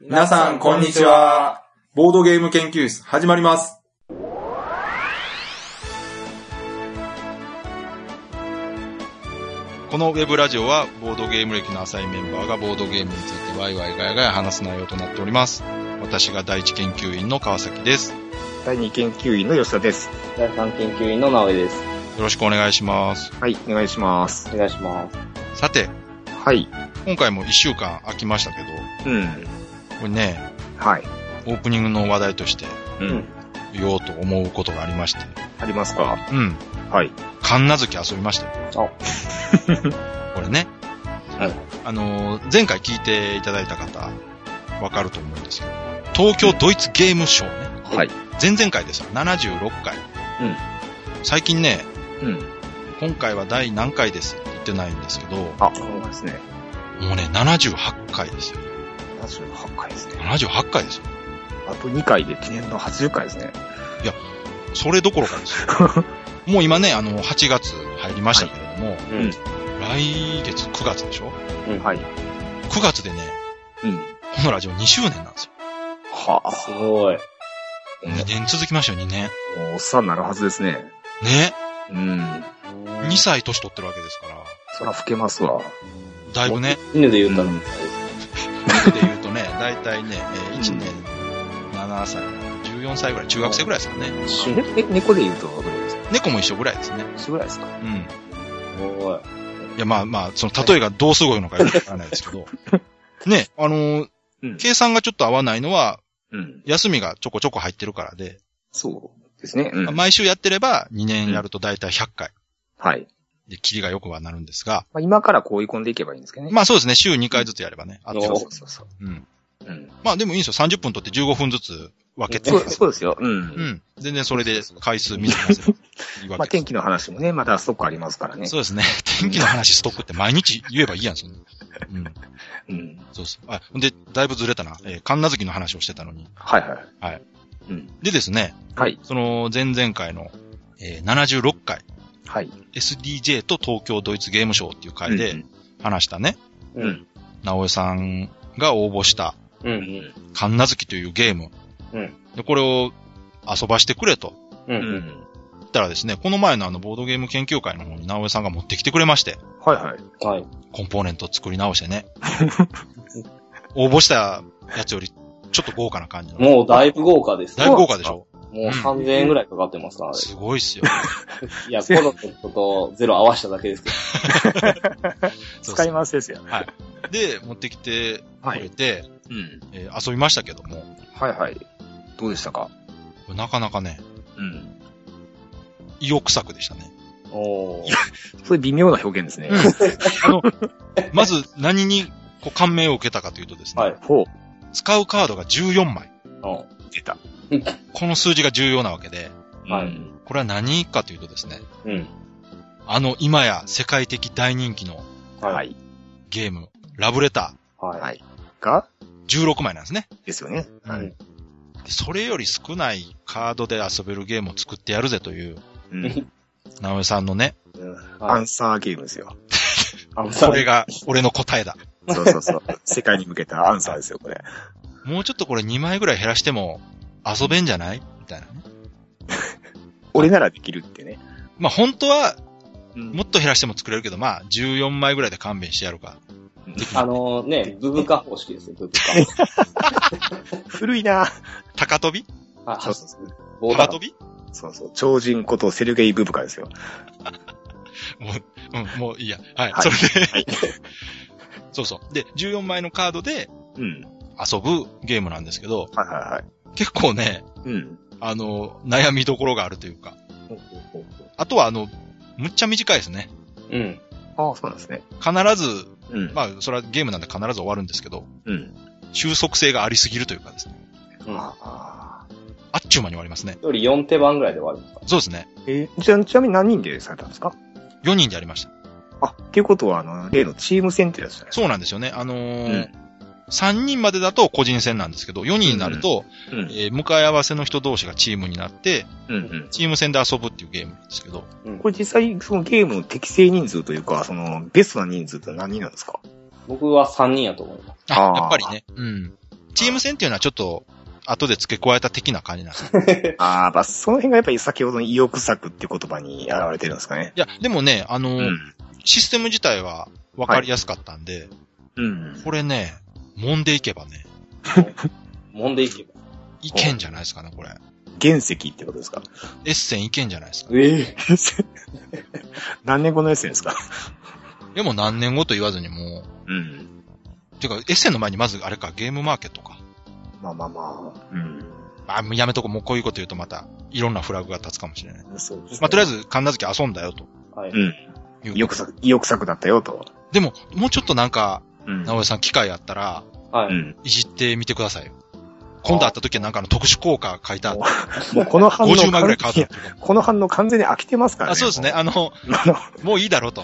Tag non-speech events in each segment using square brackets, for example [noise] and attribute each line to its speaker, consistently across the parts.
Speaker 1: 皆さん、こんにちは。ボードゲーム研究室、始まります。
Speaker 2: このウェブラジオは、ボードゲーム歴の浅いメンバーがボードゲームについてワイワイガヤガヤ話す内容となっております。私が第一研究員の川崎です。よ
Speaker 3: 第2研究員の吉田です。
Speaker 4: 第3研究員の直江です。
Speaker 2: ろしくお願いします。
Speaker 3: はい、お願いします。
Speaker 4: お願いします。
Speaker 2: さて、
Speaker 3: はい。
Speaker 2: 今回も一週間空きましたけど、
Speaker 3: うん。
Speaker 2: これね、
Speaker 3: はい。
Speaker 2: オープニングの話題として
Speaker 3: うん。
Speaker 2: 言おうと思うことがありまして、
Speaker 3: ありますか
Speaker 2: うん、
Speaker 3: はい。
Speaker 2: 神奈月遊びましたよ。これね。
Speaker 4: はい
Speaker 2: あのー、前回聞いていただいた方、わかると思うんですけど、東京ドイツゲームショーね。
Speaker 3: はい。
Speaker 2: 前々回ですよ、76回。
Speaker 3: うん
Speaker 2: 最近ね、
Speaker 3: うん。
Speaker 2: 今回は第何回ですって言ってないんですけど、も
Speaker 3: あ、そうですね。
Speaker 2: うね、78回ですよ。
Speaker 3: 78回ですね。
Speaker 2: 78回ですよ。
Speaker 3: あと2回で記念の80回ですね。
Speaker 2: それどころかですよ。もう今ね、あの、8月入りましたけれども、
Speaker 4: うん
Speaker 2: 来月9月でしょ
Speaker 3: はい。
Speaker 2: ?9 月でね、
Speaker 3: うん。
Speaker 2: このラジオ2周年なんですよ。
Speaker 3: は
Speaker 4: すごい。
Speaker 2: 2年続きましたよ、2年。
Speaker 3: あ、もうおっさんになるはずですね。
Speaker 2: ね。
Speaker 3: うん。
Speaker 2: 2歳年取ってるわけですから、
Speaker 3: そら老けますわ。
Speaker 2: だい
Speaker 3: [laughs]
Speaker 2: ぶね、
Speaker 4: 犬で言うたら、
Speaker 3: うん
Speaker 2: 僕で言うとね、だいたいね、1年、7歳、14歳ぐらい、中学生ぐらいですかね。
Speaker 4: 瞬
Speaker 3: ね、ね、猫で言うと、どれですか
Speaker 2: 猫も一緒ぐらいですね。
Speaker 3: 一緒ぐらいですか
Speaker 2: うん。
Speaker 4: すごい。
Speaker 2: いや、まあまあ、その、例えがどうすごいのかよくわからないですけど。 [laughs] ね、あのー
Speaker 3: うん
Speaker 2: 計算がちょっと合わないのは、
Speaker 3: うん。
Speaker 2: 休みがちょこちょこ入ってるからで、
Speaker 3: そうですね。うん。
Speaker 2: 毎週やってれば2年やると大体100回
Speaker 3: はい。
Speaker 2: で、キリが良くはなるんですが、
Speaker 3: まあ、今からこう追い込んでいけばいいんですけどね。
Speaker 2: まあそうですね、週2回ずつやればね、あ
Speaker 4: あ
Speaker 3: そ
Speaker 2: と
Speaker 3: う
Speaker 4: の
Speaker 3: そうそうそう。
Speaker 2: うん。
Speaker 3: うん。
Speaker 2: まあでもいいんですよ、30分とって15分ずつ分けて
Speaker 3: そ。うそうですよ。うん。
Speaker 2: うん。全然それで回数見せますよ。いい
Speaker 3: [laughs]
Speaker 2: わ
Speaker 3: まあ、
Speaker 2: け
Speaker 3: 天
Speaker 2: で
Speaker 3: 気の話もね、まだストックありますからね
Speaker 2: す。。そうですね。 [laughs] 天気の話ストックって毎日言えばいいやん、そんな。うん。
Speaker 3: うん。
Speaker 2: そうそう。あ、ほんで、だいぶずれたな。えー、神奈月の話をしてたのに。
Speaker 3: はいはい。
Speaker 2: はい。
Speaker 3: うん。
Speaker 2: でですね、
Speaker 3: はい。
Speaker 2: その前々回の、えー76回、
Speaker 3: はい。
Speaker 2: SDJ と東京ドイツゲームショーっていう回
Speaker 3: うん
Speaker 2: で話したね、
Speaker 3: うん。うん。
Speaker 2: 直江さんが応募した、
Speaker 4: う。
Speaker 3: うんん。
Speaker 2: 神奈月というゲーム。
Speaker 4: うん
Speaker 2: で、これを遊ばしてくれと
Speaker 4: う。
Speaker 3: うんん。
Speaker 2: 言ったらですね、この前のあのボードゲーム研究会の方に直江さんが持ってきてくれまして、
Speaker 3: はいはい。
Speaker 4: はい。
Speaker 2: コンポーネント作り直して
Speaker 4: [laughs]
Speaker 2: ね。応募したやつよりちょっと豪華な感じの。
Speaker 4: もうだいぶ豪華です。
Speaker 2: だいぶ豪華でしょ
Speaker 4: もう3000円ぐらいかかってますから、あれ
Speaker 2: すごいっ
Speaker 4: [laughs]
Speaker 2: すよ。
Speaker 4: いや、コロネットとゼロ合わせただけですけ
Speaker 2: そうそう
Speaker 3: 使い回しですよ。
Speaker 2: で、持ってきてく
Speaker 3: は
Speaker 2: れ。て、
Speaker 3: うん。
Speaker 2: えー遊びましたけども、
Speaker 3: はいはい。どうでしたか
Speaker 2: なかなかね、
Speaker 3: うん。
Speaker 2: 意欲作でした
Speaker 4: [laughs]
Speaker 2: ね。
Speaker 4: ど。おー。
Speaker 3: それ微妙な表現ですね。
Speaker 2: あの、まず何にこう感銘を受けたかというとですね、
Speaker 4: はい
Speaker 3: ほう。
Speaker 2: 使うカードが14枚。
Speaker 4: う
Speaker 3: 出た。
Speaker 2: この数字が重要なわけで、
Speaker 4: は
Speaker 3: う
Speaker 4: い
Speaker 3: ん
Speaker 2: これは何かというとですね、
Speaker 4: ん。うん。
Speaker 2: あの今や世界的大人気の
Speaker 3: は
Speaker 4: はい。
Speaker 3: い。
Speaker 2: ゲーム、ラブレタ
Speaker 4: は。
Speaker 3: はいい。が
Speaker 2: ー、16枚なんですね。
Speaker 3: ですよね。は
Speaker 4: う
Speaker 3: い
Speaker 4: ん。
Speaker 2: でそれより少ないカードで遊べるゲームを作ってやるぜという、
Speaker 3: うん。
Speaker 2: 直江さんのね、
Speaker 3: ア
Speaker 4: はい
Speaker 3: ン。サーゲームですよ。
Speaker 4: あの、
Speaker 2: これが俺の答えだ。
Speaker 3: そうそうそう。世界に向けたアンサーですよ、これ。
Speaker 2: もうちょっとこれ2枚ぐらい減らしても遊べんじゃないみたいなね。
Speaker 3: 俺ならできるってね。
Speaker 2: まあ本当は
Speaker 3: うん
Speaker 2: もっと減らしても作れるけど、まあ14枚ぐらいで勘弁してやるか。
Speaker 4: あのね、ブブカ方式ですよ、ブブカ。
Speaker 3: 古いな
Speaker 2: 高飛び
Speaker 4: はい。
Speaker 3: そうそうそう。
Speaker 4: 棒
Speaker 2: 高
Speaker 4: 高
Speaker 2: 飛び
Speaker 3: そうそう。超人ことセルゲイ・ブブカですよ。
Speaker 2: もう、うん、もういいや。はい。
Speaker 3: はい
Speaker 2: それで、 [laughs]
Speaker 3: はい
Speaker 2: そうそう。で、14枚のカードで
Speaker 3: [laughs] うん。
Speaker 2: 遊ぶゲームなんですけど、
Speaker 3: はいはいはい。
Speaker 2: 結構ね、
Speaker 3: うん。
Speaker 2: あの、悩みどころがあるというか。あとは、あの、むっちゃ短いですね。
Speaker 4: うん。
Speaker 3: ああ、そうなんですね。
Speaker 2: 必ず、
Speaker 3: うん。
Speaker 2: まあ、それはゲームなんで必ず終わるんですけど、
Speaker 3: うん。
Speaker 2: 収束性がありすぎるというかですね。
Speaker 4: うん。
Speaker 3: ああ。
Speaker 2: あっちゅう間に終わりますね。
Speaker 4: より4手番ぐらいで終わりました。
Speaker 2: そうですね。
Speaker 3: えーちなちなみに何人でされたんですか
Speaker 2: 4人でやりました。
Speaker 3: あ、っていうことは、あの、例のチーム戦ってやつじゃないです
Speaker 2: そうなんですよね。あのー
Speaker 3: うん
Speaker 2: 3人までだと個人戦なんですけど、4人になると、
Speaker 3: か。うん。
Speaker 2: えー向かい合わせの人同士がチームになって、
Speaker 3: うんうん。
Speaker 2: チーム戦で遊ぶっていうゲームなんですけど、
Speaker 3: これ実際、そのゲームの適正人数というか、その、ベストな人数って何人なんですか
Speaker 4: 僕は3人やと思います。
Speaker 2: あ、
Speaker 3: あー
Speaker 2: やっぱりね。うん。チーム戦っていうのはちょっと、後で付け加えた的な感じなん
Speaker 3: [laughs]
Speaker 2: ですよ。
Speaker 3: ああ、まあ、その辺がやっぱり先ほどの意欲作って言葉に現れてるんですかね。
Speaker 2: いや、でもね、あの、
Speaker 3: うん。
Speaker 2: システム自体は分かりやすかったんで、
Speaker 3: うん。
Speaker 2: これね、揉んでいけばね、
Speaker 4: 揉んでいけば。
Speaker 2: いけんじゃないですかね、これ。
Speaker 3: 原石ってことですか [laughs]
Speaker 2: エッセンいけんじゃないですか。
Speaker 4: ええ
Speaker 3: 何年後のエッセンですか
Speaker 2: でも何年後と言わずにも
Speaker 3: うん。
Speaker 2: う、てか、エッセンの前にまずあれか、ゲームマーケットか。
Speaker 3: まあまあまあ。うん。
Speaker 2: あ、もうやめとこう、もうこういうこと言うとまた、いろんなフラグが立つかもしれない。
Speaker 3: そうですね
Speaker 2: まあ、とりあえず、神奈月遊んだよと。
Speaker 4: はい。
Speaker 2: いう
Speaker 3: 意欲作、意欲作だったよと。
Speaker 2: でも、もうちょっとなんか、
Speaker 3: うん
Speaker 2: 直江さん機会あったら、
Speaker 4: は
Speaker 3: う
Speaker 4: い。
Speaker 3: ん。
Speaker 2: いじってみてくださいよ。今度会った時はなんかあの特殊効果書いた
Speaker 3: もうもうこの反応。
Speaker 2: 50万ぐらいカー
Speaker 3: い
Speaker 2: ド
Speaker 3: やこの反応完全に飽きてますからね。
Speaker 2: あ、そうですね。
Speaker 3: も
Speaker 2: あの、
Speaker 3: う。あの
Speaker 2: もういいだろうと。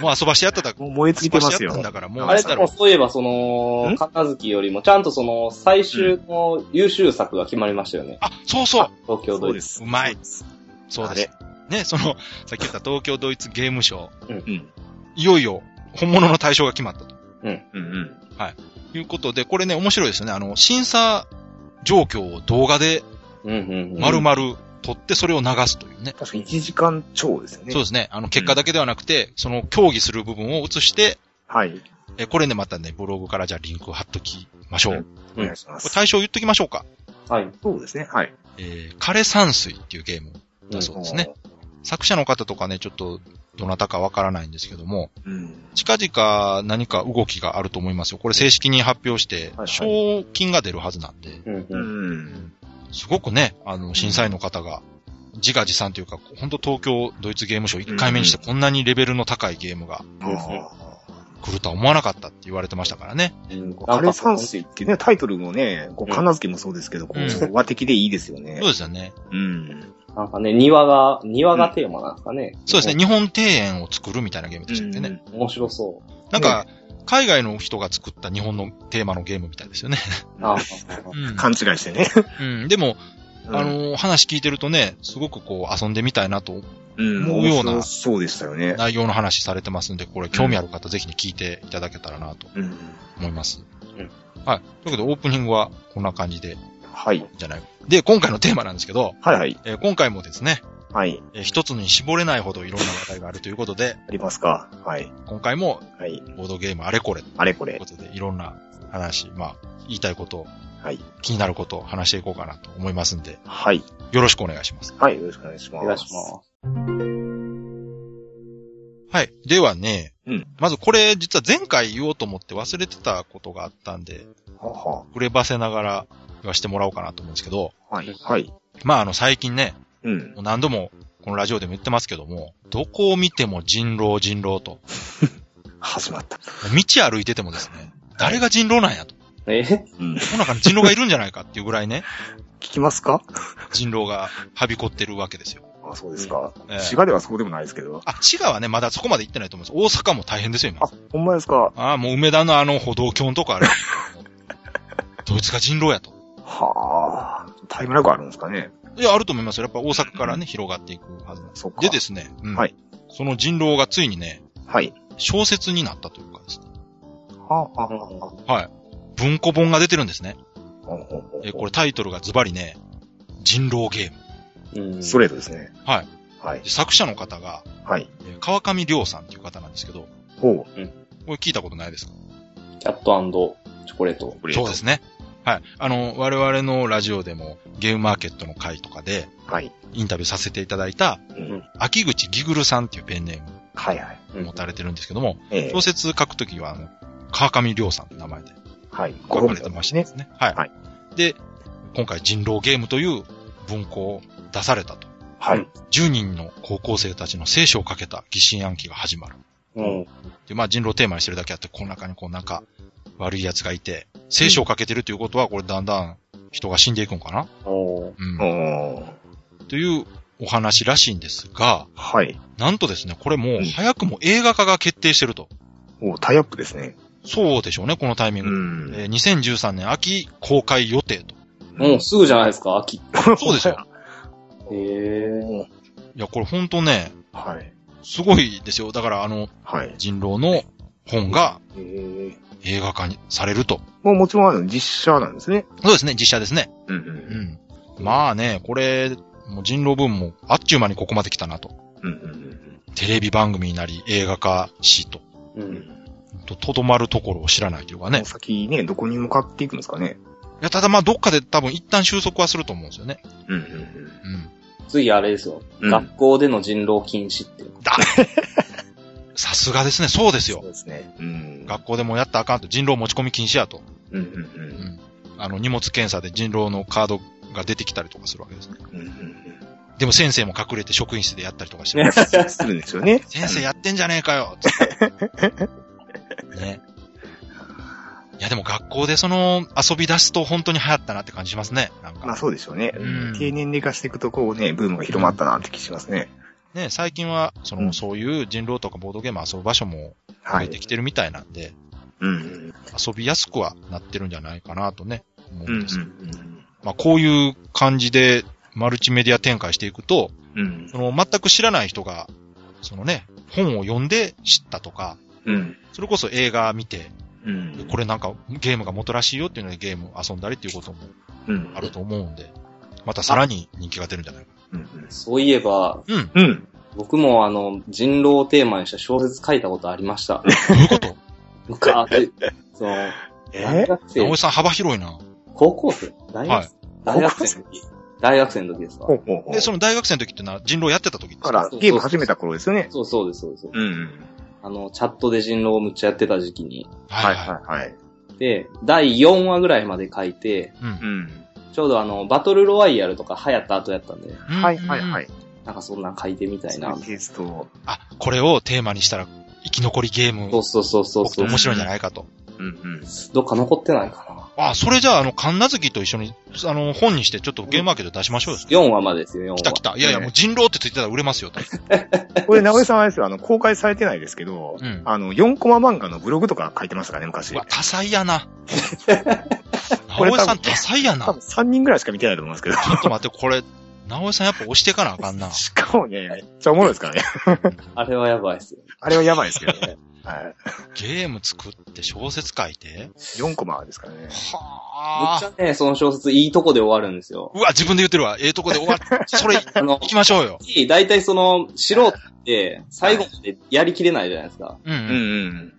Speaker 2: もう遊ばしてやってた、
Speaker 3: [laughs] もう燃え尽
Speaker 2: 遊
Speaker 3: きて
Speaker 2: ば
Speaker 3: ま
Speaker 2: して
Speaker 3: す
Speaker 2: や
Speaker 3: よ
Speaker 2: ったん。だから、もう
Speaker 4: あ
Speaker 2: い
Speaker 4: れ
Speaker 2: いだ
Speaker 4: で
Speaker 2: ろ
Speaker 4: も
Speaker 2: う。
Speaker 4: そういえば、その
Speaker 3: ん、
Speaker 4: 片月よりも、ちゃんとその、最終の優秀作が決まりましたよね。
Speaker 2: あ、そうそう。
Speaker 4: 東京ドイツ。
Speaker 3: す
Speaker 2: うま
Speaker 3: そう
Speaker 2: い
Speaker 3: です
Speaker 2: そうです。ね、その、さっき言った東京ドイツゲームショー、
Speaker 3: うん。
Speaker 2: いよいよ本物の対象が決まったと
Speaker 3: うんうん。
Speaker 2: いうことで、これね、面白いですよね。あの、審査状況を動画で
Speaker 4: うんうんうん。
Speaker 2: 丸々撮ってそれを流すというね。
Speaker 3: 確か1時間超ですよね。
Speaker 2: そ
Speaker 3: う
Speaker 2: うですね。あの、結果だけではなくて、その競技する部分を映して、
Speaker 3: はい。
Speaker 2: え、これね、またね、ブログからじゃあリンクを貼っときましょう。
Speaker 3: うん
Speaker 2: こ
Speaker 3: お願いしま
Speaker 2: れ
Speaker 3: す。
Speaker 2: 対象言っときましょうか。
Speaker 4: はい。
Speaker 3: そうですね。はい。
Speaker 2: えー、枯山水っていうゲームだそうですね。作者の方とかね、ちょっと、どなたかわからないんですけども、
Speaker 3: うん。
Speaker 2: 近々何か動きがあると思いますよ。これ正式に発表して
Speaker 3: は、い
Speaker 2: 賞金が出るはずなんで、
Speaker 4: うん
Speaker 3: う
Speaker 4: うん。
Speaker 3: ん。
Speaker 2: すごくね、あの、審査員の方が、自画自賛というか、ほんと東京ドイツゲームショー1回目にしてこんなにレベルの高いゲームが
Speaker 3: あ
Speaker 2: 来るとは思わなかったって言われてましたからね。
Speaker 4: うん
Speaker 3: ー枯山水ってね、タイトルもね、こう、金付けもそうですけど、こ
Speaker 2: う
Speaker 3: う、和的でいいですよね
Speaker 2: そう。ですよね。
Speaker 3: うん。
Speaker 4: なんかね、庭が、庭がテーマなんですかね。
Speaker 2: そうですね。日本庭園を作るみたいなゲームでしたっけね。
Speaker 3: うん
Speaker 4: 面白そ
Speaker 2: なんか、海外の人が作った日本のテーマのゲームみたいですよね。
Speaker 4: う。ああ、
Speaker 3: 勘違いしてね。
Speaker 2: うん。でも、 [laughs] あ
Speaker 3: うん、
Speaker 2: の、話聞いてるとね、すごくこう、遊んでみたいなと、
Speaker 3: うん、
Speaker 2: 思うような
Speaker 3: 面白そうでしたよね。
Speaker 2: 内容の話されてますんで、これ興味ある方、ぜひに聞いていただけたらなと
Speaker 3: うん。
Speaker 2: 思います。
Speaker 4: うん
Speaker 2: はい。ということで、オープニングはこんな感じで、
Speaker 3: はい。
Speaker 2: じゃない。で、今回のテーマなんですけど、
Speaker 3: はいはい。
Speaker 2: えー今回もですね、
Speaker 3: はい。
Speaker 2: えー一つに絞れないほどいろんな話題があるということで、
Speaker 3: ありますかはい。
Speaker 2: 今回も
Speaker 3: はい。
Speaker 2: ボードゲームあれこれとい
Speaker 3: あれこ
Speaker 2: う
Speaker 3: れ
Speaker 2: こ。とで、いろんな話、まあ、言いたいこと、
Speaker 3: はい。
Speaker 2: 気になることを話していこうかなと思いますんで、
Speaker 3: はい。
Speaker 2: よろしくお願いします。
Speaker 3: はい。よろしくお願いします。
Speaker 4: お願いします。
Speaker 2: はい。ではね、
Speaker 3: うん
Speaker 2: まずこれ実は前回言おうと思って忘れてたことがあったんで、
Speaker 3: はは。
Speaker 2: 触ればせながら言わせてもらおうかなと思うんですけど、
Speaker 3: はい。はい。
Speaker 2: まああの最近ね、
Speaker 3: うん。
Speaker 2: もう何度もこのラジオでも言ってますけども、どこを見ても人狼人狼と、
Speaker 3: 始まった。
Speaker 2: 道歩いててもですね、誰が人狼なんやと。
Speaker 4: え
Speaker 3: うん。聞
Speaker 2: 世の中に人狼がいるんじゃないかっていうぐらいね、
Speaker 3: きますか
Speaker 2: 人狼がはびこってるわけですよ。
Speaker 3: あ、そうですか。
Speaker 2: ええ
Speaker 3: 滋賀ではそうでもないですけど。
Speaker 2: あ、滋賀はね、まだそこまで行ってないと思います。大阪も大変ですよ、今
Speaker 3: あ。、ほんまですか
Speaker 2: ああ、もう梅田のあの歩道橋のとこ
Speaker 3: [laughs]
Speaker 2: あれ。ドイツが人狼やと。
Speaker 3: はあ。タイムラグあるんですかね
Speaker 2: いや、あると思いますよ。やっぱ大阪からね、広がっていくはずなんです。
Speaker 3: そっか。
Speaker 2: でですね、うん
Speaker 3: はい
Speaker 2: その人狼がついにね、
Speaker 3: はい。
Speaker 2: 小説になったというかですね。
Speaker 3: はあ、はあ、は
Speaker 2: はい。文庫本が出てるんですね。
Speaker 3: あ。ほんほんほん
Speaker 2: え、これタイトルがズバリね、人狼ゲーム。
Speaker 4: うん
Speaker 3: ストレートですね。
Speaker 2: はい。
Speaker 3: はい
Speaker 2: で。作者の方が、
Speaker 3: はい。
Speaker 2: えー川上亮さんっていう方なんですけど、
Speaker 3: ほ
Speaker 2: これ聞いたことないですか
Speaker 4: キャットチョコレート。
Speaker 3: う。
Speaker 2: そうですね。はい。あの、我々のラジオでもゲームマーケットの会とかで
Speaker 3: はい。
Speaker 2: インタビューさせていただいた、
Speaker 3: うん
Speaker 2: 秋口ギグルさんっていうペンネーム
Speaker 3: はいはい。
Speaker 4: う
Speaker 2: を
Speaker 4: ん
Speaker 2: 持たれてるんですけども、
Speaker 3: ええ
Speaker 2: 小説書くときは、あの、川上亮さんって名前で
Speaker 3: はい。
Speaker 2: 書かれてましたですね。はい。
Speaker 3: はい
Speaker 2: で、今回人狼ゲームという文庫を出されたと。
Speaker 3: はい。
Speaker 2: 10人の高校生たちの聖書をかけた疑心暗鬼が始まる。
Speaker 4: うん。
Speaker 2: で、まあ人狼テーマにしてるだけあって、この中にこうなんか悪い奴がいて、聖書をかけてるということは、これだんだん人が死んでいくのかな
Speaker 4: おー
Speaker 2: うん。
Speaker 3: おー
Speaker 2: というお話らしいんですが、
Speaker 3: はい。
Speaker 2: なんとですね、これも
Speaker 3: う
Speaker 2: うん早くも映画化が決定してると。
Speaker 3: おータイアップですね。
Speaker 2: そうでしょうね、このタイミン
Speaker 3: う
Speaker 2: グ。
Speaker 3: ん。
Speaker 2: えー2013年秋公開予定と。
Speaker 4: もうすぐじゃないですか、秋。へ
Speaker 2: そうですよ。
Speaker 4: え。ー。
Speaker 2: いや、これほんとね、
Speaker 3: はい。
Speaker 2: すごいですよ。だからあの、
Speaker 3: はい。
Speaker 2: 人狼の本が
Speaker 3: ええ
Speaker 2: 映画化にされると。
Speaker 3: もうもちろんあの実写なんですね。
Speaker 2: そうですね、実写ですね。
Speaker 3: うん
Speaker 2: う。ん。まあね、これ、もう人狼ブームもあっちゅう間にここまで来たなと。
Speaker 3: うんうん
Speaker 2: テレビ番組になり、映画化しと。
Speaker 4: う
Speaker 3: うん。
Speaker 4: ん。
Speaker 2: と、とどまるところを知らないというか
Speaker 3: こ
Speaker 2: ね
Speaker 3: の。先ね、どこに向かっていくんですかね。
Speaker 2: いや、ただまあ、どっかで多分一旦収束はすると思うんですよね。
Speaker 3: うんうん
Speaker 2: うん。
Speaker 4: 次あれですよ。
Speaker 3: うん
Speaker 4: 学校での人狼禁止っていう。
Speaker 2: さすがですね、そうです
Speaker 3: そう
Speaker 2: よ。
Speaker 3: ですね。うん。
Speaker 2: 学校でもやったらあかんと、人狼持ち込み禁止やと。
Speaker 3: うんうん
Speaker 2: う
Speaker 3: うん
Speaker 2: ん。あの、荷物検査で人狼のカードが出てきたりとかするわけですね。
Speaker 3: うんうん
Speaker 2: でも先生も隠れて職員室でやったりとかして、
Speaker 4: ね
Speaker 3: うん。するんですよね。
Speaker 2: 先生やってんじゃねえかよつって [laughs] ね。いや、でも学校でその遊び出すと本当に流行ったなって感じしますね。なん
Speaker 3: まあ
Speaker 2: か。
Speaker 3: そうでしょうね。
Speaker 2: うん
Speaker 3: 定年で化していくとこうね、ブームが広まったなって気しますね。
Speaker 2: ね、最近は、そうの、
Speaker 3: ん
Speaker 2: そういう人狼とかボードゲーム遊ぶ場所も増
Speaker 3: は
Speaker 2: え
Speaker 3: い
Speaker 2: て。きてるみたいなんで、
Speaker 3: うんうん
Speaker 2: 遊びやすくはなってるんじゃないかなとね、思う
Speaker 3: うん
Speaker 2: ん
Speaker 3: う
Speaker 2: です。
Speaker 3: ん
Speaker 2: まあ、こういう感じでマルチメディア展開していくと、
Speaker 3: うん
Speaker 2: その全く知らない人が、そのね、本を読んで知ったとか、
Speaker 3: うん
Speaker 2: それこそ映画見て、
Speaker 3: うん
Speaker 2: これなんかゲームが元らしいよっていうのでゲーム遊んだりっていうことも
Speaker 3: うん
Speaker 2: あると思うんで、またさらに人気が出るんじゃないか。
Speaker 3: うん
Speaker 4: そういえば、
Speaker 2: うん。
Speaker 3: うん
Speaker 4: 僕もあの、人狼をテーマにした小説書いたことありま [laughs] した。
Speaker 2: [laughs] どういうこと
Speaker 4: [laughs] 昔、その、大
Speaker 3: え
Speaker 4: 学生
Speaker 2: 直江、さん幅広いな。
Speaker 4: 高校生大学生、大学生の時大学生の時ですか
Speaker 3: ほうほうほう。
Speaker 2: で、その大学生の時ってのは人狼やってた時です
Speaker 3: だから、ゲーム始めた頃ですよね。
Speaker 4: そうそうです、そうです。
Speaker 3: うんうん。
Speaker 4: あの、チャットで人狼をむっちゃやってた時期に。
Speaker 2: は
Speaker 3: はいい
Speaker 2: は
Speaker 3: はいはい。
Speaker 4: で、第4話ぐらいまで書いて、
Speaker 2: い。うん
Speaker 3: うん。
Speaker 4: ちょうどあの、バトルロワイヤルとか流行った後やったんで、
Speaker 2: うん
Speaker 3: はいはいはい。
Speaker 4: なんかそんなん書いてみたい
Speaker 3: そう
Speaker 4: な
Speaker 3: いう。テイストを。
Speaker 2: あ、これをテーマにしたら生き残りゲーム
Speaker 4: そうそうそうそうそう
Speaker 2: 面。白いんじゃないかと。
Speaker 3: うん [laughs] うん。
Speaker 4: どっか残ってないか
Speaker 2: あ、それじゃあ、あの、神奈月と一緒に、あの、本にしてちょっとゲームマーケット出しましょうよ。
Speaker 4: な。4話までですよ、4話。
Speaker 2: 来た来た。いやいや、もう人狼ってついてたら売れますよ、と。
Speaker 3: これ、名古屋さんはあれですよ、あの、公開されてないですけど、 [laughs]
Speaker 2: うん。
Speaker 3: あの、4コマ漫画のブログとか書いてましたからね、昔
Speaker 2: う。わ、多彩やな。
Speaker 3: [laughs] これ
Speaker 2: 直江
Speaker 3: 多分
Speaker 2: さん多彩やな。ち
Speaker 3: 多分3人ぐらいしか見てないと思いますけど。
Speaker 2: ょっと待って、これ、直江さんやっぱ押していかなあかんな。
Speaker 3: しかもね、めっちゃおもろいですからね。
Speaker 4: あれはやばいっすよ。
Speaker 3: [laughs] あれはやばいですけどね。 [laughs] はい。
Speaker 2: ゲーム作って小説書いて
Speaker 3: 4コマですからね。
Speaker 4: めっ
Speaker 2: は
Speaker 4: ち
Speaker 2: あ。
Speaker 4: ゃね、その小説いいとこで終わるんですよ。
Speaker 2: うわ、自分で言ってるわ。ええとこで終わっ、それ、行
Speaker 4: あの、
Speaker 2: きましょうよ。
Speaker 4: 大体その、素人って、最後までやりきれないじゃないですか。
Speaker 2: うんう。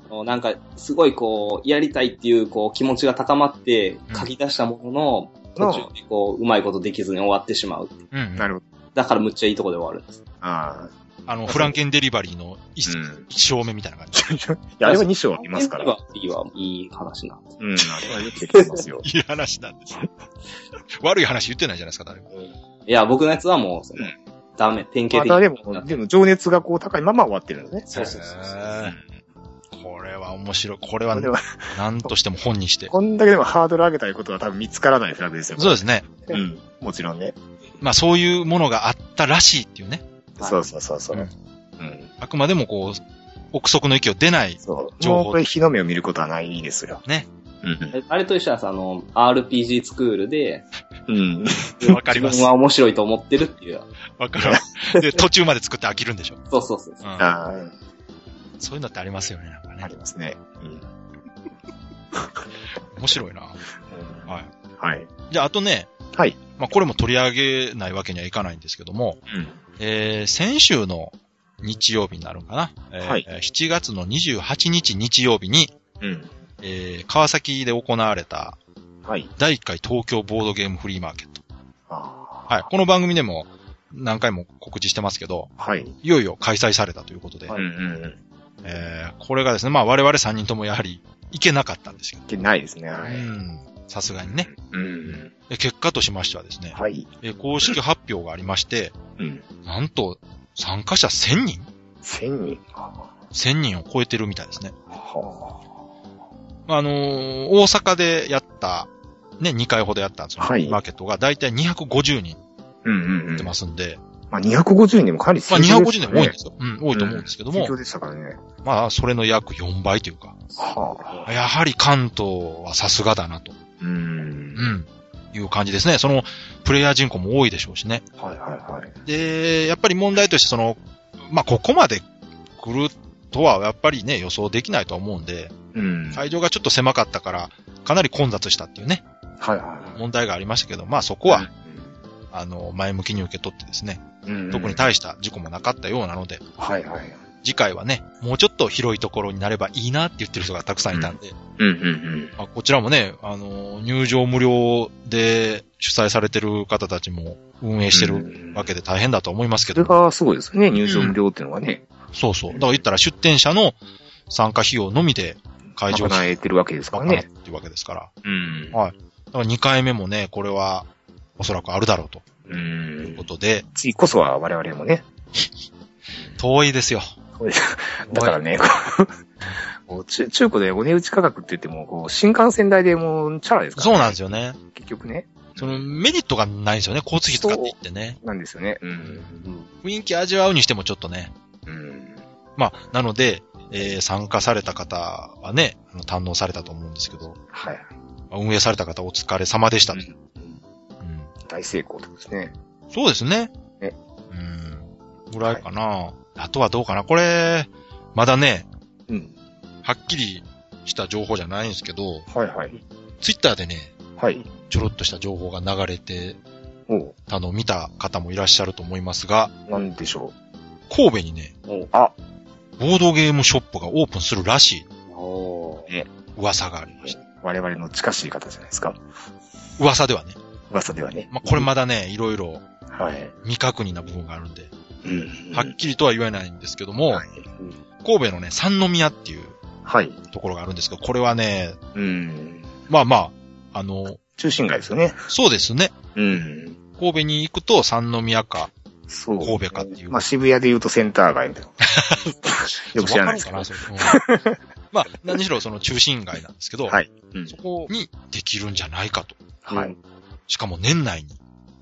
Speaker 3: うんん
Speaker 4: なんか、すごいこう、やりたいっていう、こう、気持ちが高まって、書き出したものの、
Speaker 3: うん
Speaker 4: 途中でこう、うまいことできずに終わってしまう。
Speaker 2: うんう
Speaker 3: うんん。なるほど。
Speaker 4: だからむっちゃいいとこで終わるんです。
Speaker 3: ああ。
Speaker 2: あの、フランケンデリバリーの一
Speaker 3: うん。
Speaker 2: 一章目みたいな感じ。
Speaker 3: いや、あれは2章ありますから。
Speaker 4: いいわ、いい話なんです。
Speaker 3: うん、あれはよくできてます [laughs] よ。
Speaker 2: いい話なんです。悪い話言ってないじゃないですか、誰も。
Speaker 4: いや、僕のやつはもう、その
Speaker 3: うん
Speaker 4: ダメ、典型
Speaker 3: ま
Speaker 4: 的
Speaker 3: たでも、でも情熱がこう高いまま終わってるんですね。
Speaker 4: そうそうそうそう。
Speaker 2: うんこれは面白い。これは
Speaker 3: でも、
Speaker 2: 何としても本にして。
Speaker 3: こんだけでもハードル上げたいことは多分見つからないフラグですよ。
Speaker 2: そうですね。
Speaker 3: うん。もちろんね。
Speaker 2: まあそういうものがあったらしいっていうね。
Speaker 4: はい
Speaker 3: そうそうそうそう。
Speaker 2: う
Speaker 3: うんん。
Speaker 2: あくまでもこう、憶測の息を出ない。
Speaker 3: そう。
Speaker 2: 情報
Speaker 3: もうこれ日の目を見ることはないですよ。
Speaker 2: ね。
Speaker 3: うん
Speaker 4: あれと一緒なんですあの、RPG スクールで、
Speaker 3: うん。
Speaker 2: わかります
Speaker 4: 自分は面白いと思ってるっていう。
Speaker 2: わか
Speaker 3: [laughs]
Speaker 2: る。で、途中まで作って飽きるんでしょ。
Speaker 4: そうそうそう。
Speaker 2: うん
Speaker 3: ああ、
Speaker 2: そういうのってありますよね、なんか
Speaker 3: あ
Speaker 2: ね
Speaker 3: り。ますね。うん。
Speaker 2: 面白いな。はい。
Speaker 3: はい。
Speaker 2: じゃあ、あとね。
Speaker 3: はい。
Speaker 2: まあこれも取り上げないわけにはいかないんですけども、えー、先週の日曜日になるのかな。えー
Speaker 3: はい
Speaker 2: 7月の28日日曜日に、
Speaker 3: うん。うん。
Speaker 2: えー、川崎で行われた
Speaker 3: はい。
Speaker 2: 第1回東京ボードゲームフリーマーケット。
Speaker 3: あ
Speaker 2: はい。この番組でも何回も告知してますけど、
Speaker 3: あはい。
Speaker 2: いよいよ開催されたということで、
Speaker 3: うんうんうん。
Speaker 2: えー、これがですね、まあ我々3人ともやはり行けなかったんですよ。
Speaker 3: いけないですね。は
Speaker 2: う
Speaker 3: い。
Speaker 2: ん。さすがにね。
Speaker 3: うん。
Speaker 2: で結果としましてはですね、
Speaker 3: はい。
Speaker 2: えー公式発表がありまして、
Speaker 3: うん。
Speaker 2: なんと参加者1000人
Speaker 3: 千人。は
Speaker 2: ?1000 人を超えてるみたいですね。
Speaker 3: あ。
Speaker 2: まああのー大阪でやった、ね、2回ほどやったその
Speaker 3: はい
Speaker 2: マーケットがだいたい250人
Speaker 3: うんうんう
Speaker 2: 出
Speaker 3: ん。
Speaker 2: て
Speaker 3: ま
Speaker 2: ますんで、
Speaker 3: あ250人もかなり
Speaker 2: まあ
Speaker 3: 盛況
Speaker 2: 250
Speaker 3: す
Speaker 2: 人
Speaker 3: ね
Speaker 2: 多いんですよ。うん、多いと思うんですけども、
Speaker 3: 盛況でしたからね。
Speaker 2: まあ、それの約4倍というか、
Speaker 3: は
Speaker 2: やはり関東はさすがだなと、
Speaker 3: う。
Speaker 2: うんん、いう感じですね。その、プレイヤー人口も多いでしょうしね。
Speaker 3: はいはいはい。
Speaker 2: で、やっぱり問題として、その、まあ、ここまで来るとは、やっぱりね、予想できないとは思うんで、
Speaker 3: うん。い。
Speaker 2: 会場がちょっと狭かったから、かなり混雑したっていうね、
Speaker 3: はいは
Speaker 2: 問題がありましたけど、まあそこ
Speaker 3: い。
Speaker 2: は、あの、前向きに受け取ってですね、
Speaker 3: うん。
Speaker 2: 特に
Speaker 3: はい
Speaker 2: 大した事故もなかったようなので、
Speaker 3: はいはい。
Speaker 2: 次回はね、もうちょっと広いところになればいいなって言ってる人がたくさんいたんで、
Speaker 3: うんうん
Speaker 2: まあ、こちらもね、あの、入場無料で主催されてる方たちも運営して
Speaker 3: う
Speaker 2: る
Speaker 3: ん。
Speaker 2: わけで大変だと思いますけ
Speaker 3: それ
Speaker 2: ど、
Speaker 3: がすごいですね、入場無料っていうのはね。
Speaker 2: そうそう。だから言ったら出店者の参加費用のみで会場
Speaker 3: 賄
Speaker 2: 費
Speaker 3: えてるわけですから
Speaker 2: 賄っ
Speaker 3: ね。
Speaker 2: ていうわけですから、
Speaker 3: うん。
Speaker 2: だから2回目もね、これはおそらくあるだろうと
Speaker 3: う
Speaker 2: いうんこ。とで、
Speaker 3: 次こそは我々もね、
Speaker 2: 遠いですよ。
Speaker 3: だからね、こうこう [laughs] 中中古でお値打ち価格って言っても、こう新幹線代でもうチャラですから、。
Speaker 2: そうなんですすよね。
Speaker 3: 結局ね。
Speaker 2: そのメリットがないんですよね、交通費使っていってね。
Speaker 3: なんですよね。うん。
Speaker 2: 雰囲気味わうにしてもちょっとね。
Speaker 3: うん。
Speaker 2: まあ、なので、えー参加された方はね、あの堪能されたと思うんですけど、
Speaker 3: はい。
Speaker 2: まあ運営された方お疲れ様でしたと。
Speaker 3: うん
Speaker 2: うん
Speaker 3: 大成功ってことですね。
Speaker 2: そうですね。
Speaker 3: ね
Speaker 2: うん。ぐらいかな、あとはどうかなこれ、まだね、
Speaker 3: うん。
Speaker 2: はっきりした情報じゃないんですけど、
Speaker 3: はいはい。
Speaker 2: ツイッターでね、
Speaker 3: はい。
Speaker 2: ちょろっとした情報が流れて
Speaker 3: おう
Speaker 2: たのを見た方もいらっしゃると思いますが、
Speaker 3: なんでしょ
Speaker 2: 神戸にね、
Speaker 4: お
Speaker 3: あ
Speaker 2: ボードゲームショップがオープンするらしい
Speaker 4: おー
Speaker 2: 噂がありました。
Speaker 3: う。我々の近しい方じゃないですか。
Speaker 2: 噂ではね。
Speaker 3: 噂ではね。
Speaker 2: まあ、これまだね、いろいろ
Speaker 3: はい。
Speaker 2: 未確認な部分があるんで、
Speaker 3: うん
Speaker 2: はっきりとは言えないんですけども、
Speaker 3: はい。
Speaker 2: 神戸のね、三宮っていう
Speaker 3: はい。
Speaker 2: ところがあるんですけど、これはね、
Speaker 3: うん。
Speaker 2: まあまあ、あの、
Speaker 3: 中心街ですよね。
Speaker 2: そうですね。
Speaker 3: うん。
Speaker 2: 神戸に行くと三宮か
Speaker 3: そう。
Speaker 2: 神戸かっていう。
Speaker 3: まあ渋谷で言うとセンター街み
Speaker 2: [laughs]
Speaker 3: たいな。よく知らないですけど
Speaker 2: わ。かるかなそれうんまあ、何しろその中心街なんですけど、
Speaker 3: はいうん
Speaker 2: そこにできるんじゃないかと。
Speaker 3: はい。
Speaker 2: しかも年内に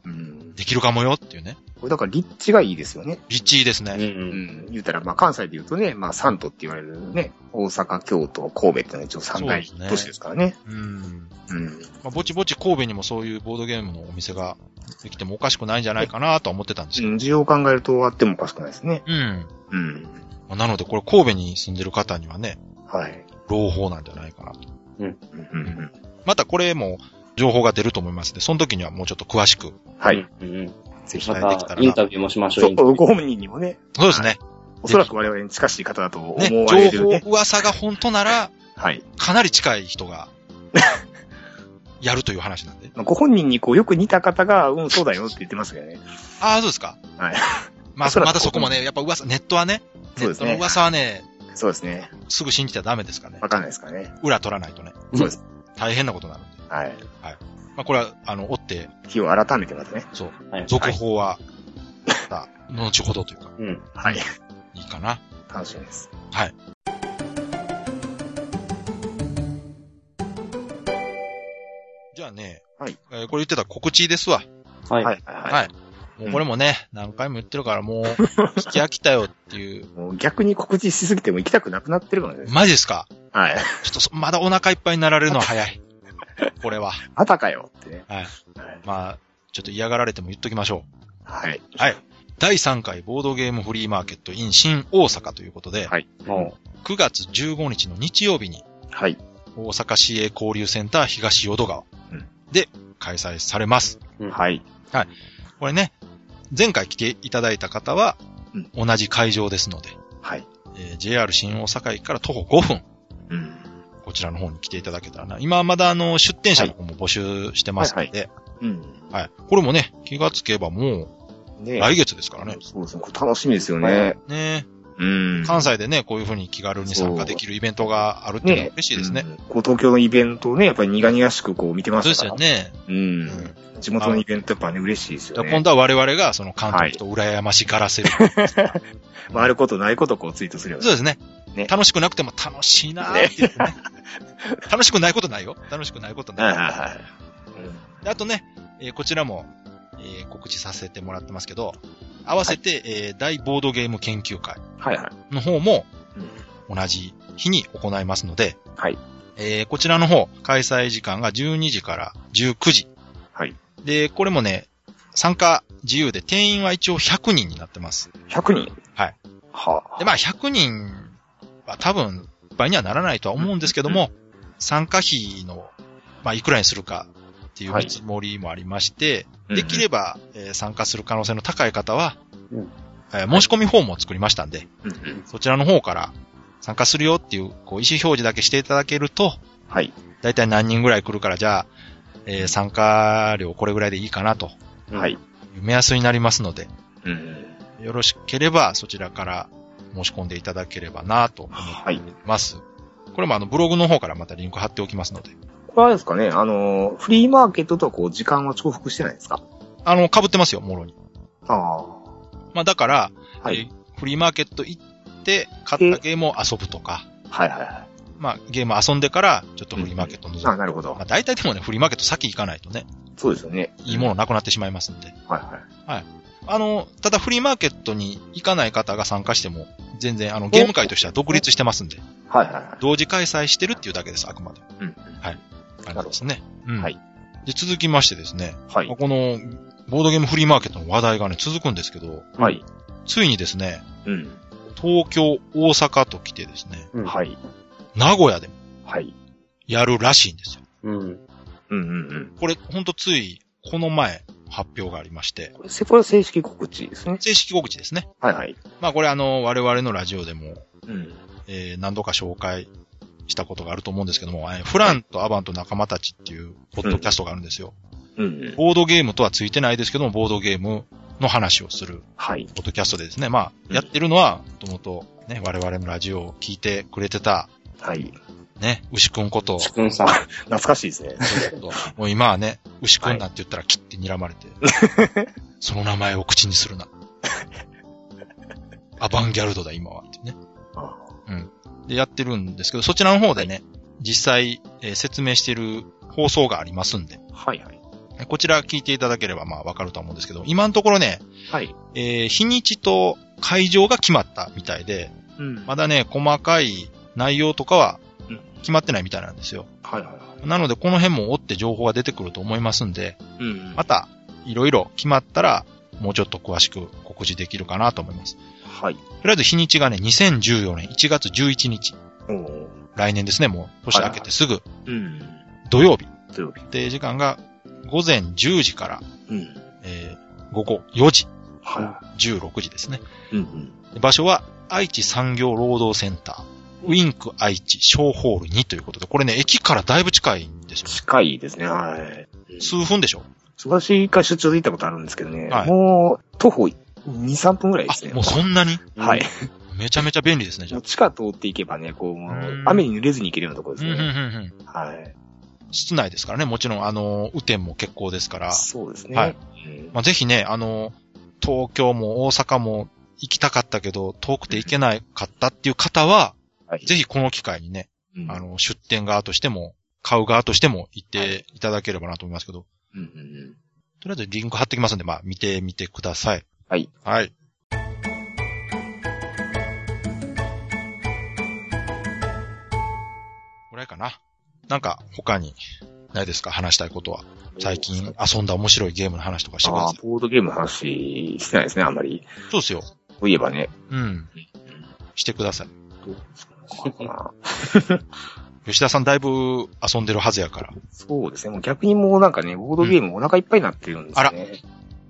Speaker 3: うん。
Speaker 2: できるかもよっていうね。
Speaker 3: これだから立地がいいですよね。
Speaker 2: 立地いいですね。
Speaker 4: うん。
Speaker 3: ん。言うたら、まあ関西で言うとね、まあ三都って言われるね、大阪、京都、神戸ってのは一応三大
Speaker 2: そうですね
Speaker 3: 都市ですからね。
Speaker 2: うん。
Speaker 3: うん。
Speaker 2: まあ、ぼちぼち神戸にもそういうボードゲームのお店ができてもおかしくないんじゃないかなとは思ってたんですけど。
Speaker 3: 需要を考えるとあってもおかしくないですね。
Speaker 2: うん。
Speaker 3: うん。
Speaker 2: まあなのでこれ神戸に住んでる方にはね、
Speaker 3: はい。
Speaker 2: 朗報なんじゃないかなと。
Speaker 3: うんうん
Speaker 2: またこれも情報が出ると思いますので、その時にはもうちょっと詳しく
Speaker 3: うん。はい。。
Speaker 4: うん。
Speaker 3: ぜひ。
Speaker 2: 期待できた
Speaker 4: ま
Speaker 2: ら
Speaker 4: た、
Speaker 2: な
Speaker 4: インタビューもしましょ。
Speaker 3: そう
Speaker 4: イ
Speaker 3: う、
Speaker 4: ンタビュー
Speaker 3: ご本人にもね、
Speaker 2: そうですね。
Speaker 3: おそらく我々に近しい方だと思
Speaker 2: ね、
Speaker 3: われてる
Speaker 2: 情報
Speaker 3: ね。
Speaker 2: 噂が本当なら、
Speaker 3: はい。
Speaker 2: かなり近い
Speaker 3: [laughs]
Speaker 2: 人が、やるという話なんで。
Speaker 3: まあご本人にこう、よく似た方が、うん、そうだよって言ってますけどね。
Speaker 2: ああ、そうですか。
Speaker 3: はい。
Speaker 2: まあ、
Speaker 3: おそらく
Speaker 2: まだそこもね、やっぱ噂、ネットはね、ネ
Speaker 3: そうで
Speaker 2: ッ
Speaker 3: す
Speaker 2: トの
Speaker 3: ね。
Speaker 2: 噂はね、
Speaker 3: そうですね。
Speaker 2: すぐ信じちゃダメですからね
Speaker 3: わ。かんないですからね。
Speaker 2: 裏取らないとね、
Speaker 3: そうです。
Speaker 2: 大変なことになるんで。
Speaker 3: はい。
Speaker 2: まあ、これは、あの、追って、
Speaker 3: 日を改めてまたね。
Speaker 2: そう、
Speaker 4: はい
Speaker 2: 続報は、また、後ほどというか、
Speaker 4: うん。
Speaker 3: はい。
Speaker 2: いいかな。
Speaker 3: 楽しみです。
Speaker 2: はい。じゃあね、
Speaker 3: はい
Speaker 2: えーこれ言ってた告知ですわ。
Speaker 4: は。
Speaker 3: はいい。
Speaker 4: は。
Speaker 3: はいい。
Speaker 2: は
Speaker 3: はい
Speaker 2: もうこれもね、何回も言ってるから、もう、聞き飽きたよっていう。
Speaker 3: い。もう逆に告知しすぎても行きたくなくなってるかもしれないです。
Speaker 2: マジですか
Speaker 3: はい。
Speaker 2: ちょっとそ、まだお腹いっぱいになられ
Speaker 3: [laughs]
Speaker 2: るのは早い。これは。
Speaker 3: あたかよってね。
Speaker 2: はい。
Speaker 3: はい。
Speaker 2: まあ、ちょっと嫌がられても言っときましょう。
Speaker 3: はい。
Speaker 2: はい。第3回ボードゲームフリーマーケット in 新大阪ということで、
Speaker 3: はい
Speaker 4: も
Speaker 2: 9月15日の日曜日に
Speaker 3: はい。
Speaker 2: 大阪市営交流センター東淀川
Speaker 3: うん
Speaker 2: で開催されます。
Speaker 3: はい。
Speaker 2: これね、前回来ていただいた方は
Speaker 3: うん
Speaker 2: 同じ会場ですので、
Speaker 3: はい。
Speaker 2: えー JR 新大阪駅から徒歩5分、
Speaker 3: うん。
Speaker 2: こちらの方に来ていただけたらな。今はまだあの、出店者の方も募集してますので、
Speaker 3: はいうん。
Speaker 2: はい。これもね、気がつけばもう
Speaker 3: ね
Speaker 2: 来月ですからね。
Speaker 3: そうですね。これ楽しみですよ
Speaker 4: は
Speaker 3: ね。
Speaker 2: ね
Speaker 3: うん。
Speaker 2: 関西でね、こういうふうに気軽に参加できるイベントがあるっていうのは嬉しいですね。
Speaker 3: うんこう東京のイベントをね、やっぱり苦々しくこう見てま
Speaker 2: そうで
Speaker 3: し
Speaker 2: す
Speaker 3: た
Speaker 2: よ
Speaker 3: から。
Speaker 2: ね。
Speaker 3: うん
Speaker 2: うん。
Speaker 3: 地元のイベントやっぱね、嬉しいです
Speaker 2: だ
Speaker 3: よ
Speaker 2: から
Speaker 3: ね。
Speaker 2: 今度は我々がその関東と羨ましがらせる。
Speaker 3: まあ、あることないことをこうツイートすれば
Speaker 2: そうですね
Speaker 3: ね
Speaker 2: 楽しくなくても楽しいなーって言って
Speaker 3: [laughs]
Speaker 2: ね。楽しくないことないよ。楽しくないこと
Speaker 3: はい
Speaker 2: ない。
Speaker 3: はいはい。
Speaker 2: であとね、えーこちらも、えー告知させてもらってますけど、合わせて、えー大ボードゲーム研究会
Speaker 3: うんはいはい。
Speaker 2: の方も
Speaker 3: うん
Speaker 2: 同じ日に行いますので、
Speaker 3: はい。
Speaker 2: えーこちらの方、開催時間が12時から19時。
Speaker 3: はい。
Speaker 2: で、これもね、参加自由で定員は一応100人になってます。
Speaker 3: 100人
Speaker 2: はい。
Speaker 3: はあ
Speaker 2: で、まあ100人は多分ぱいにはならないとは思うんですけども、参加費の、まあ、いくらにするかっていう見積もりもありまして、
Speaker 3: うん
Speaker 2: できれば、えー参加する可能性の高い方は、
Speaker 4: うん
Speaker 2: えー申し込みフォームを作りましたんで、
Speaker 3: うんうん
Speaker 2: そちらの方から参加するよっていう、こう、意思表示だけしていただけると、
Speaker 3: はい。
Speaker 2: だいたい何人ぐらい来るから、じゃあ、えー参加料これぐらいでいいかなと、
Speaker 3: はい。
Speaker 2: いう目安になりますので、
Speaker 3: うん。
Speaker 2: よろしければそちらから申し込んでいただければなと思い
Speaker 3: はい。
Speaker 2: ます。これもあの、ブログの方からまたリンク貼っておきますので。
Speaker 3: これはあれですかね、あの、フリーマーケットとはこう、時間は重複してないですか
Speaker 2: あの、被ってますよ、もろに。
Speaker 3: ああ。
Speaker 2: まあだから、
Speaker 3: は
Speaker 2: え
Speaker 3: い。
Speaker 2: ーフリーマーケット行って、買ったゲームを遊ぶとか、
Speaker 3: はいはいは
Speaker 2: まあゲーム遊んでから、ちょっとフリーマーケットを覗
Speaker 3: い。
Speaker 2: く。
Speaker 3: あなるほど
Speaker 2: まあ。大体でもね、フリーマーケット先行かないとね、
Speaker 3: そうですよね。
Speaker 2: いいものなくなってしまいますんで。
Speaker 3: はいはい。
Speaker 2: あの、ただフリーマーケットに行かない方が参加しても、全然、あの、ゲーム界としては独立してますんで、
Speaker 3: はいはいは
Speaker 2: 同時開催してるっていうだけです、あくまで。
Speaker 3: い。うん。
Speaker 2: あれですね。うん
Speaker 3: はい。
Speaker 2: で、続きましてですね、
Speaker 3: は
Speaker 2: まあ
Speaker 3: い。
Speaker 2: この、ボードゲームフリーマーケットの話題がね、続くんですけど、
Speaker 3: はい。
Speaker 2: ついにですね、
Speaker 3: うん。
Speaker 2: 東京、大阪と来てですね、
Speaker 4: うん
Speaker 3: はい。
Speaker 2: 名古屋でも
Speaker 3: はい。
Speaker 2: やるらしいんですよ。
Speaker 4: うん。
Speaker 3: うんうんうん。
Speaker 2: これ、ほんとつい、この前、発表がありまして、
Speaker 3: これ、これは正式告知ですね。
Speaker 2: 正式告知ですね。
Speaker 3: はいはい。
Speaker 2: まあこれあの、我々のラジオでも、
Speaker 3: うん。
Speaker 2: えー何度か紹介したことがあると思うんですけども、えーフランとアバンと仲間たちっていう、ポッドキャストがあるんですよ。
Speaker 3: うんうん。
Speaker 2: ボードゲームとはついてないですけども、ボードゲームの話をする
Speaker 3: はい。
Speaker 2: ポッドキャストでですね、ま
Speaker 3: う
Speaker 2: あ、
Speaker 3: ん
Speaker 2: やってるのは、もともとね、我々のラジオを聞いてくれてた、
Speaker 3: はい。
Speaker 2: ね、牛くんこと、
Speaker 4: ちくんさん。
Speaker 3: 懐かしいですね。
Speaker 2: もう今はね、牛くんなんて言ったら切って睨
Speaker 3: [laughs]
Speaker 2: まれて、その名前を口にするな。アバンギャルドだ、今は。ってね。
Speaker 3: あ
Speaker 2: で、やってるんですけど、そちらの方でね、実際、えー説明している放送がありますんで、
Speaker 3: はいはい。
Speaker 2: こちら聞いていただければ、まあ、わかると思うんですけど、今のところね、
Speaker 3: はい。
Speaker 2: えー日にちと会場が決まったみたいで、
Speaker 3: うん
Speaker 2: まだね、細かい内容とかは
Speaker 3: うん
Speaker 2: 決まってないみたいなんですよ。
Speaker 3: はいはいは
Speaker 2: なので、この辺も追って情報が出てくると思いますんで、
Speaker 3: い。うん
Speaker 2: また、いろいろ決まったら、もうちょっと詳しく告示できるかなと思います。と
Speaker 3: はい。
Speaker 2: りあえず日にちがね、2014年1月11日。
Speaker 3: おー
Speaker 2: 来年ですね、もう年明けてすぐ、
Speaker 3: うん。
Speaker 2: 土曜日。
Speaker 3: 土曜日。
Speaker 2: で、時間が午前10時から、
Speaker 3: うん。
Speaker 2: えー午後4時、
Speaker 3: は
Speaker 2: 16時ですね。
Speaker 3: い。うんうん。
Speaker 2: で場所は、愛知産業労働センター、ウィンク愛知小ホール2ということで、これね、駅からだいぶ近いんですよ。
Speaker 3: 近いですね。はい。
Speaker 2: 数分でしょ
Speaker 3: 私一回出張で行ったことあるんですけどね、
Speaker 2: はい
Speaker 3: もう、徒歩2、3分ぐらいですね。
Speaker 2: あ、もうそんなに
Speaker 3: はい。
Speaker 2: めちゃめちゃ便利ですね、じ
Speaker 3: も
Speaker 2: ゃあ
Speaker 3: う。地下通っていけばね、こう、も
Speaker 2: うん
Speaker 3: う雨に濡れずに行けるようなところ
Speaker 2: う
Speaker 3: で
Speaker 2: ん
Speaker 3: す
Speaker 2: うんうん
Speaker 3: ね。
Speaker 2: うん
Speaker 3: はい。
Speaker 2: 室内ですからね、もちろん、あの、雨天も結構ですから、
Speaker 3: そうですね。
Speaker 2: はい
Speaker 3: うん
Speaker 2: まあ、ぜひね、あの、東京も大阪も行きたかったけど、遠くて行けなかったっていう方は、
Speaker 3: はい
Speaker 2: ぜひこの機会にね、
Speaker 3: うん
Speaker 2: あの、出店側としても、買う側としても行っていただければなと思いますけど、
Speaker 3: うんうんうん
Speaker 2: とりあえずリンク貼ってきますんで、まあ、見てみてください。
Speaker 3: はい。
Speaker 2: はい。ぐらいかな。なんか、他に、ないですか話したいことは。最近遊んだ面白いゲームの話とかしてくだ
Speaker 3: あ
Speaker 2: さ
Speaker 3: あ、ボードゲームの話してないですね、あんまり。
Speaker 2: い。そうですよ。
Speaker 3: そういえばね。
Speaker 2: うん。してください。
Speaker 3: まあ
Speaker 2: 吉田さんだいぶ遊んでるはずやから。
Speaker 3: そうですね。もう逆にもうなんかね、ボードゲームお腹いっぱいになってるんですよね。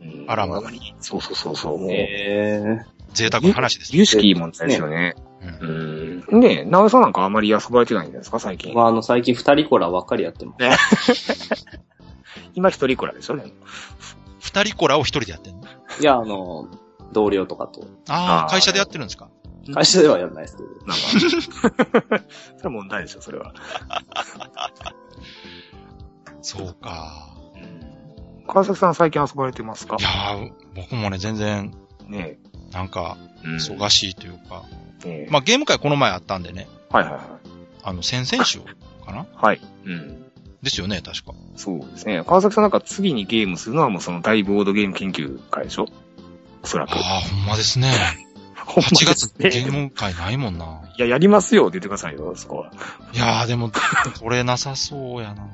Speaker 3: うん
Speaker 2: あらま
Speaker 3: あまり。そうそうそうそう。もう、
Speaker 4: ええ。
Speaker 2: 贅沢な話ですね。
Speaker 3: 有識いいもんですよね。
Speaker 2: うん
Speaker 3: うん。ねえ、なおさんなんかあんまり遊ばれてないんじゃないですか、最近。
Speaker 4: まあ、あの、最近二人コラばっかりやってます。
Speaker 3: 今一人くらいでしょ、でも。
Speaker 2: 二人コラを一人でやってんの
Speaker 4: いや、あの、同僚とかと。
Speaker 3: あ
Speaker 2: ああ、
Speaker 3: ー
Speaker 2: 会社でやってるんですか
Speaker 4: 会社ではやらないですけど。
Speaker 3: なんか。それは問題ですよ、それは。
Speaker 2: そうか。
Speaker 3: 川崎さん最近遊ばれてますか
Speaker 2: いやー僕もね、全然、
Speaker 3: ね
Speaker 2: なんか、
Speaker 3: え。うん
Speaker 2: 忙しいというか。
Speaker 3: ねえ。
Speaker 2: まあ、ゲーム会この前あったんでね、
Speaker 3: はいはいは。
Speaker 2: あの、先々週かない
Speaker 3: はい。うん。
Speaker 2: ですよね、確か。
Speaker 3: そうですね。川崎さんなんか次にゲームするのはもうその大ボードゲーム研究会でしょおそらく。
Speaker 2: ああ、ほんまですね。
Speaker 3: ほんま
Speaker 2: 8
Speaker 3: で
Speaker 2: 月
Speaker 3: すね
Speaker 2: ゲーム会ないもんな。
Speaker 3: いや、やりますよ、出てくださいよ、そこは。
Speaker 2: いやーでも、それなさそうやな。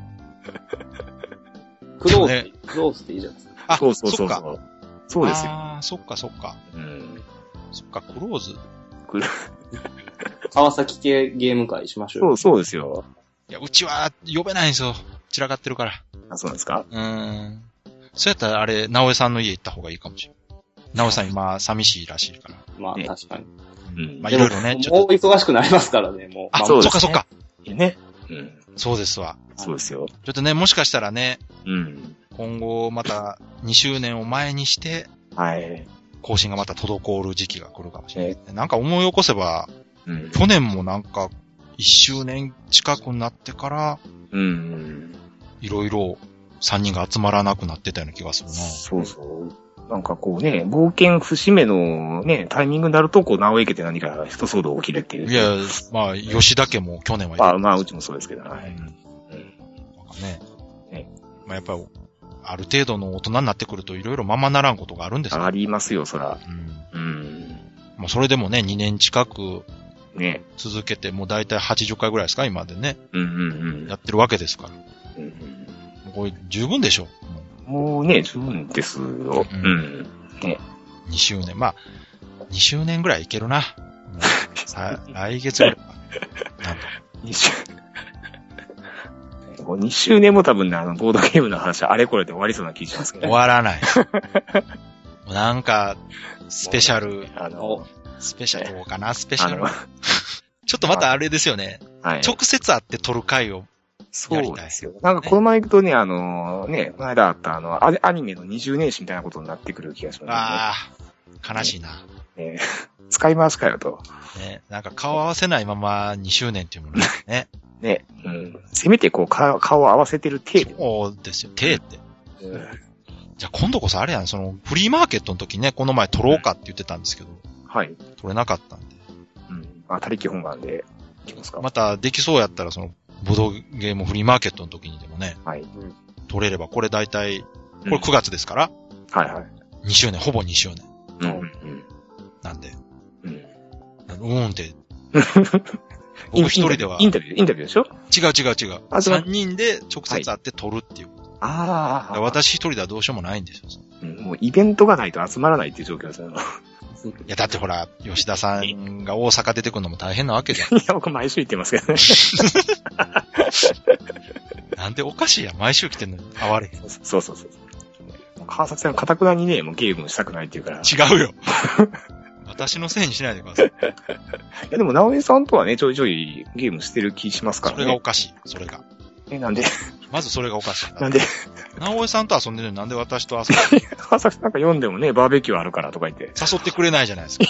Speaker 4: クローズ、
Speaker 2: ね
Speaker 4: クローズっていいじゃないですか。
Speaker 2: あ、
Speaker 3: そうそうそう
Speaker 2: っ
Speaker 3: そ
Speaker 2: か。
Speaker 3: う。そうですよ。
Speaker 2: ああ、そっかそっか。
Speaker 3: うん。
Speaker 2: そっか、クローズ。
Speaker 3: クロ
Speaker 4: 川崎系ゲーム会しましょう
Speaker 3: そ
Speaker 4: よ。
Speaker 3: う、そうですよ。
Speaker 2: いや、うちは呼べないんですよ。散らかってるから。
Speaker 3: あ、そうなんですか
Speaker 2: うーん。そうやったらあれ、直江さんの家行った方がいいかもしれない。直江さん今、寂しいらしいから。
Speaker 4: まあ
Speaker 3: ね
Speaker 4: 確かに。
Speaker 3: うん
Speaker 2: まあ、い
Speaker 4: で
Speaker 2: ろ
Speaker 4: も
Speaker 2: いろね、ちょ
Speaker 4: も
Speaker 2: っ
Speaker 4: う忙しくなりますからね、も
Speaker 2: と。
Speaker 4: う。
Speaker 2: あ、
Speaker 4: ま
Speaker 2: そ,、
Speaker 3: そううです
Speaker 2: か
Speaker 3: ね
Speaker 2: そうか。
Speaker 3: いやね。うん。
Speaker 2: そうですわ。
Speaker 3: そうですよ。
Speaker 2: ちょっとね、もしかしたらね、
Speaker 3: うん。
Speaker 2: 今後また2周年を前にして、
Speaker 3: はい。
Speaker 2: 更新がまた滞る時期が来るかもしれない。なんか思い起こせば、
Speaker 3: うん。
Speaker 2: 去年もなんか、1周年近くになってから、
Speaker 3: うん。
Speaker 2: いろいろ3人が集まらなくなってたような気がするな。
Speaker 3: そうそう。なんかこうね、冒険節目のね、タイミングになると、こう、直江家で何か一騒動起きるっていう。
Speaker 2: いや、まあ、吉田家も去年はい
Speaker 3: ま
Speaker 2: た
Speaker 3: あまあ、うちもそうですけど、は
Speaker 2: う
Speaker 3: いうん
Speaker 2: ん。なんかね。
Speaker 3: ね
Speaker 2: まあやっぱり、ある程度の大人になってくるといろいろままならんことがあるんですよ。
Speaker 3: ありますよ、そら。
Speaker 2: うん。
Speaker 3: うん。
Speaker 2: もうそれでもね、2年近く
Speaker 3: ね。
Speaker 2: 続けて、もう大体80回ぐらいですか、今までね。
Speaker 3: うんうん
Speaker 2: やってるわけですから。も
Speaker 3: うんうん。
Speaker 2: うこれ十分でしょ。も
Speaker 3: もうね、十分ですよ。
Speaker 2: う
Speaker 3: うんん。ね。
Speaker 2: う2周年。まあ、2周年ぐらいいけるな。もう
Speaker 3: [laughs]
Speaker 2: さ来月ぐらいか。なんと
Speaker 3: 2周。2周年も多分ね、あの、ボードゲームの話はあれこれで終わりそうな気がしますけど
Speaker 2: 終
Speaker 3: ね。
Speaker 2: わらない。もうなんか、スペシャル、
Speaker 3: あ
Speaker 4: お
Speaker 3: の、
Speaker 2: スペシャルどうかな、スペシ
Speaker 3: あ
Speaker 2: ャル
Speaker 3: の。、
Speaker 2: ちょっとまたあれですよね。
Speaker 3: はい。
Speaker 2: 直接会って撮る回を
Speaker 3: そうですよ。なんかこの前行くとね、あの、ね、この間あったあの、アアニメの20年史みたいなことになってくる気がしま
Speaker 2: ああ、悲しいな。
Speaker 3: すね。ね使い回しかよと。
Speaker 2: ね、なんか顔合わせないまま2周年っていうものですね。
Speaker 3: ね。うん。せめてこう、顔顔を合わせてる程度。
Speaker 2: そうですよ、手って。
Speaker 3: うん
Speaker 2: じゃあ今度こそあれやん、そのフリーマーケットの時ね、この前撮ろうかって言ってたんですけど、
Speaker 3: はい。
Speaker 2: 撮れなかったんで。
Speaker 3: うん。まあ、他力本願でいきますか。
Speaker 2: またできそうやったら、その、ボドゲームフリーマーケットの時にでもね、
Speaker 3: はい。
Speaker 2: 撮れれば、これ大体、こ
Speaker 3: う
Speaker 2: れ
Speaker 3: ん
Speaker 2: 9月ですから、
Speaker 3: はいはい。
Speaker 2: 2周年、ほぼ2周年。
Speaker 3: うん。うん。
Speaker 2: なんで、
Speaker 3: うん。
Speaker 2: うーんって、
Speaker 3: [laughs]
Speaker 2: 僕一人では、
Speaker 3: イ
Speaker 2: 違う
Speaker 3: ンタビュー、インタビューでしょ
Speaker 2: 違う違う。
Speaker 3: あそう
Speaker 2: 3人で直接会って撮るっていう。
Speaker 3: あ
Speaker 2: だから私一人ではどうしようもないんですよ。
Speaker 3: うんもうイベントがないと集まらないっていう状況ですよ。い [laughs]
Speaker 2: いや、だってほら、吉田さんが大阪出てくるのも大変なわけ
Speaker 3: [laughs]
Speaker 2: じゃん。
Speaker 3: や、僕毎週行ってますけどね。
Speaker 2: なんでおかしいやん。毎週来てんのに会われへん。
Speaker 3: そうそうそう。川崎さんがかたくなにね、もうゲームしたくないっていうから。い
Speaker 2: 違うよ。私のせいにしないでください。
Speaker 3: や、でも、直江さんとはね、ちょいちょいゲームしてる気しますか
Speaker 2: それ
Speaker 3: ら
Speaker 2: がお
Speaker 3: ね。
Speaker 2: かしい。それが。
Speaker 3: え、なんで、
Speaker 2: まずそれがおかしい。
Speaker 3: なんで、
Speaker 2: 直江さんと遊んでるのになんで私と遊ぶ
Speaker 3: 川崎さんなんか読んでもね、バーベキューあるからとか言って、
Speaker 2: 誘ってくれないじゃないで
Speaker 3: [laughs]
Speaker 2: すか。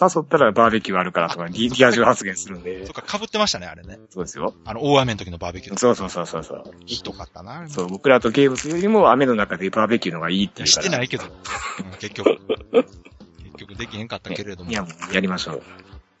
Speaker 3: 誘ったらバーベキューあるからとか、リリア充発言するんで
Speaker 2: そっ。か、被ってましたね、あれね。
Speaker 3: そうですよ。
Speaker 2: あの、大雨の時のバーベキュー。
Speaker 3: そうそうそうそうそう。
Speaker 2: ひどかったな。
Speaker 3: そう、僕らとゲームするよりも雨の中でバーベキューの方がいいっていう
Speaker 2: し
Speaker 3: から。
Speaker 2: てな
Speaker 3: [laughs]
Speaker 2: いけど。うん結局。結局できへんかったけれども
Speaker 3: い。や、もうやりましょう。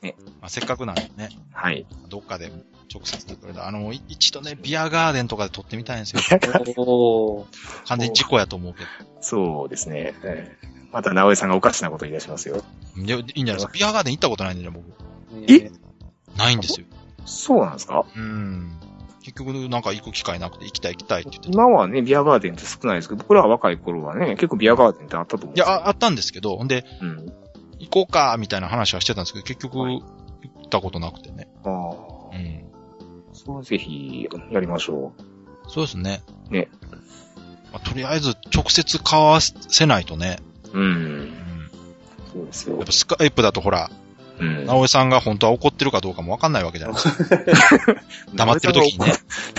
Speaker 2: まあ、せっかくなんでね。 [laughs]
Speaker 3: はい。
Speaker 2: どっかで直接撮れた。あの、い一度ね、ビアガーデンとかで撮ってみたいんですよ。
Speaker 3: [laughs]
Speaker 4: おー
Speaker 2: 完全に事故やと思うけ
Speaker 3: そうですね。ええまた、直江さんがおかしなこと言い出しますよ。
Speaker 2: ど。でいいんじゃないですか。ビアガーデン行ったことないんでね、僕。
Speaker 4: ね
Speaker 2: ないんですよ。
Speaker 3: そうなんですか
Speaker 2: うん。結局、なんか行く機会なくて、行きたい行きたいって言ってた。
Speaker 3: 今はね、ビアガーデンって少ないですけど、僕らは若い頃はね、結構ビアガーデンってあったと思うん
Speaker 2: い
Speaker 3: です
Speaker 2: や、
Speaker 3: よ。
Speaker 2: ああったんですけど、ほんで、
Speaker 3: うん。
Speaker 2: 行こうか、みたいな話はしてたんですけど、結局、行ったことなくてね。
Speaker 3: あ
Speaker 2: う
Speaker 3: あ、
Speaker 2: ん。
Speaker 3: そうぜひ、やりましょ
Speaker 2: そうですね。
Speaker 3: ね。
Speaker 2: まあ、とりあえず、直接顔合わせないとね。
Speaker 3: う。うん
Speaker 2: う。ん。
Speaker 3: そうですよ
Speaker 2: やっ。ぱスカイプだとほら、
Speaker 3: うん。
Speaker 2: 直江さんが本当は怒ってるかどうかもわかんないわけじゃないですか。黙ってる時にね。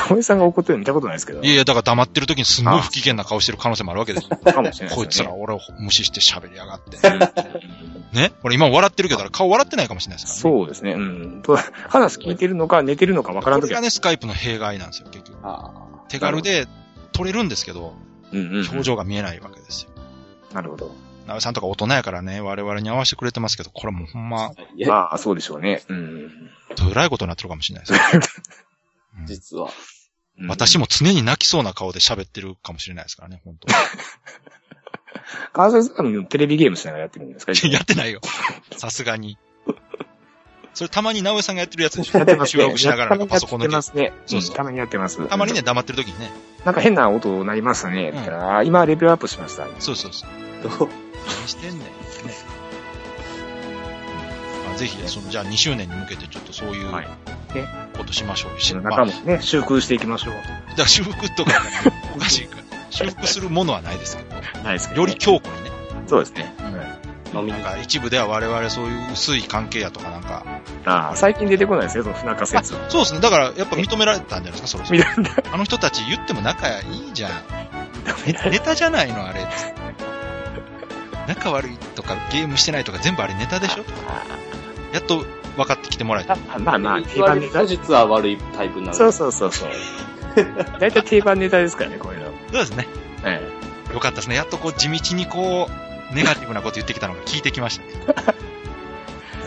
Speaker 3: 直江さんが怒ってるの見たことないですけど。
Speaker 2: いやいや、だから黙ってる時にすんごい不機嫌な顔してる可能性もあるわ
Speaker 3: [laughs]
Speaker 2: けですよ。
Speaker 3: かもしれない
Speaker 2: こい
Speaker 3: です
Speaker 2: つ
Speaker 3: よ
Speaker 2: ら
Speaker 3: ね。
Speaker 2: 俺を無視して喋りやがって。
Speaker 3: うん
Speaker 2: ね俺今笑ってるけど、だから顔笑ってないかもしれないですからね。
Speaker 3: そうですね。うん。と話聞いてるのか、寝てるのかわからん
Speaker 2: こと
Speaker 3: き
Speaker 2: れ
Speaker 3: は
Speaker 2: が。ね、スカイプの弊害なんですよ、結局。
Speaker 4: あ
Speaker 2: 手軽で撮れるんですけど、
Speaker 3: うんうん。
Speaker 2: 表情が見えないわけですよ。
Speaker 3: なるほど。
Speaker 2: なべさんとか大人やからね、我々に合わせてくれてますけど、これもうほんま、
Speaker 4: ーいや、
Speaker 3: まあ、そうでしょうね。うん。
Speaker 2: どえらいことになってるかもしれないですよ。うん
Speaker 4: 実は。
Speaker 2: 私も常に泣きそうな顔で喋ってるかもしれないですからね、本当
Speaker 3: 川崎さん、テレビゲームしながらやってるんですか
Speaker 2: いややってないよ。さすがに。それたまに直江さんがやってるやつでし
Speaker 3: やってま
Speaker 2: ょ
Speaker 3: す
Speaker 2: 収
Speaker 3: ね。
Speaker 2: 録しながらなんかパソコンの
Speaker 3: やって
Speaker 2: ゲ
Speaker 3: ま
Speaker 2: ー
Speaker 3: す
Speaker 2: ム
Speaker 3: ね。
Speaker 2: そうそう
Speaker 3: うんたまにやってます。
Speaker 2: たまにね、。黙ってる時にね。
Speaker 3: なんか変な音鳴りましたね。だから、あ今レベルアップしました。
Speaker 2: そうそうそう。
Speaker 4: どう
Speaker 2: 何してんねん。ね。まあからぜひ、その、じゃあ2周年に向けてちょっとそういう
Speaker 3: はい
Speaker 2: ことしましょうし。ま
Speaker 3: 中
Speaker 2: あ
Speaker 3: もね、修復していきましょう。
Speaker 2: だから修復 [laughs] とか、おかしいから。修復するものはないですけど、
Speaker 3: ないですけ
Speaker 2: より強固にね。
Speaker 3: そうですね。
Speaker 4: 飲み
Speaker 2: なん
Speaker 4: に。
Speaker 2: か一部では我々そういう薄い関係やとかなんか。
Speaker 3: ああ、最近出てこないですね、その不仲説。
Speaker 2: そうですね。だからやっぱ認められたんじゃないですか、そろそ
Speaker 3: み
Speaker 2: ろ。
Speaker 3: たいな。
Speaker 2: あの人たち言っても仲いいじゃん。ネタじゃ [laughs] ないの、あれ。仲悪いとかゲームしてないとか全部あれネタでしょやっと分かってきてもらえた。
Speaker 3: [laughs] まあまあ、定番ネタ
Speaker 4: 後。日は悪いタイプになる。
Speaker 3: そうそうそう [laughs] そう。大体定番ネタですからね、こういうの。
Speaker 2: そうですね。
Speaker 3: え
Speaker 2: よかったですね。やっとこう地道にこう、ネガティブなこと言ってきたのが効いてきましたね。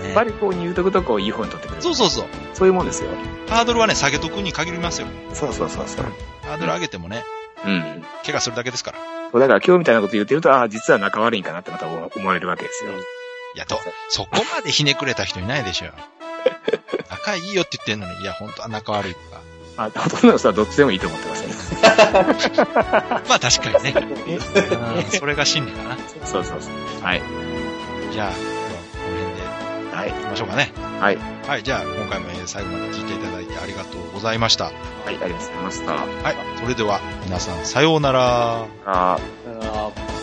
Speaker 3: え。
Speaker 2: ね
Speaker 3: バリこう言うとことこういい方に取ってくれる。
Speaker 2: そうそうそう。
Speaker 3: そういうもんですよ。
Speaker 2: ハードルはね、下げとくに限りますよ。
Speaker 3: そうそうそうそう。
Speaker 2: ハードル上げてもね、
Speaker 3: うん。
Speaker 2: 怪我するだけですから。
Speaker 3: そうだから今日みたいなこと言ってると、ああ、実は仲悪いんかなってまた思思われるわけですよ。
Speaker 2: いや、と、そこまでひねくれた人いないでしょ。仲いいよって言ってんのに、いや、本当は仲悪いとか。
Speaker 3: まあ、ほとんどの人はどっちでもいいと思ってますね。
Speaker 2: まあ確かにね。うんそれが真理かな。
Speaker 3: そうそうそう。はい。
Speaker 2: じゃあ、この
Speaker 3: は
Speaker 2: 辺で
Speaker 3: い。
Speaker 2: 行きましょうかね。
Speaker 3: はい。
Speaker 2: はい、じゃあ、今回もえー最後まで聞いていただいてありがとうございました。
Speaker 3: はい、ありがとうございました。
Speaker 2: はい、それでは皆さん、さようなら。
Speaker 3: あー
Speaker 4: あー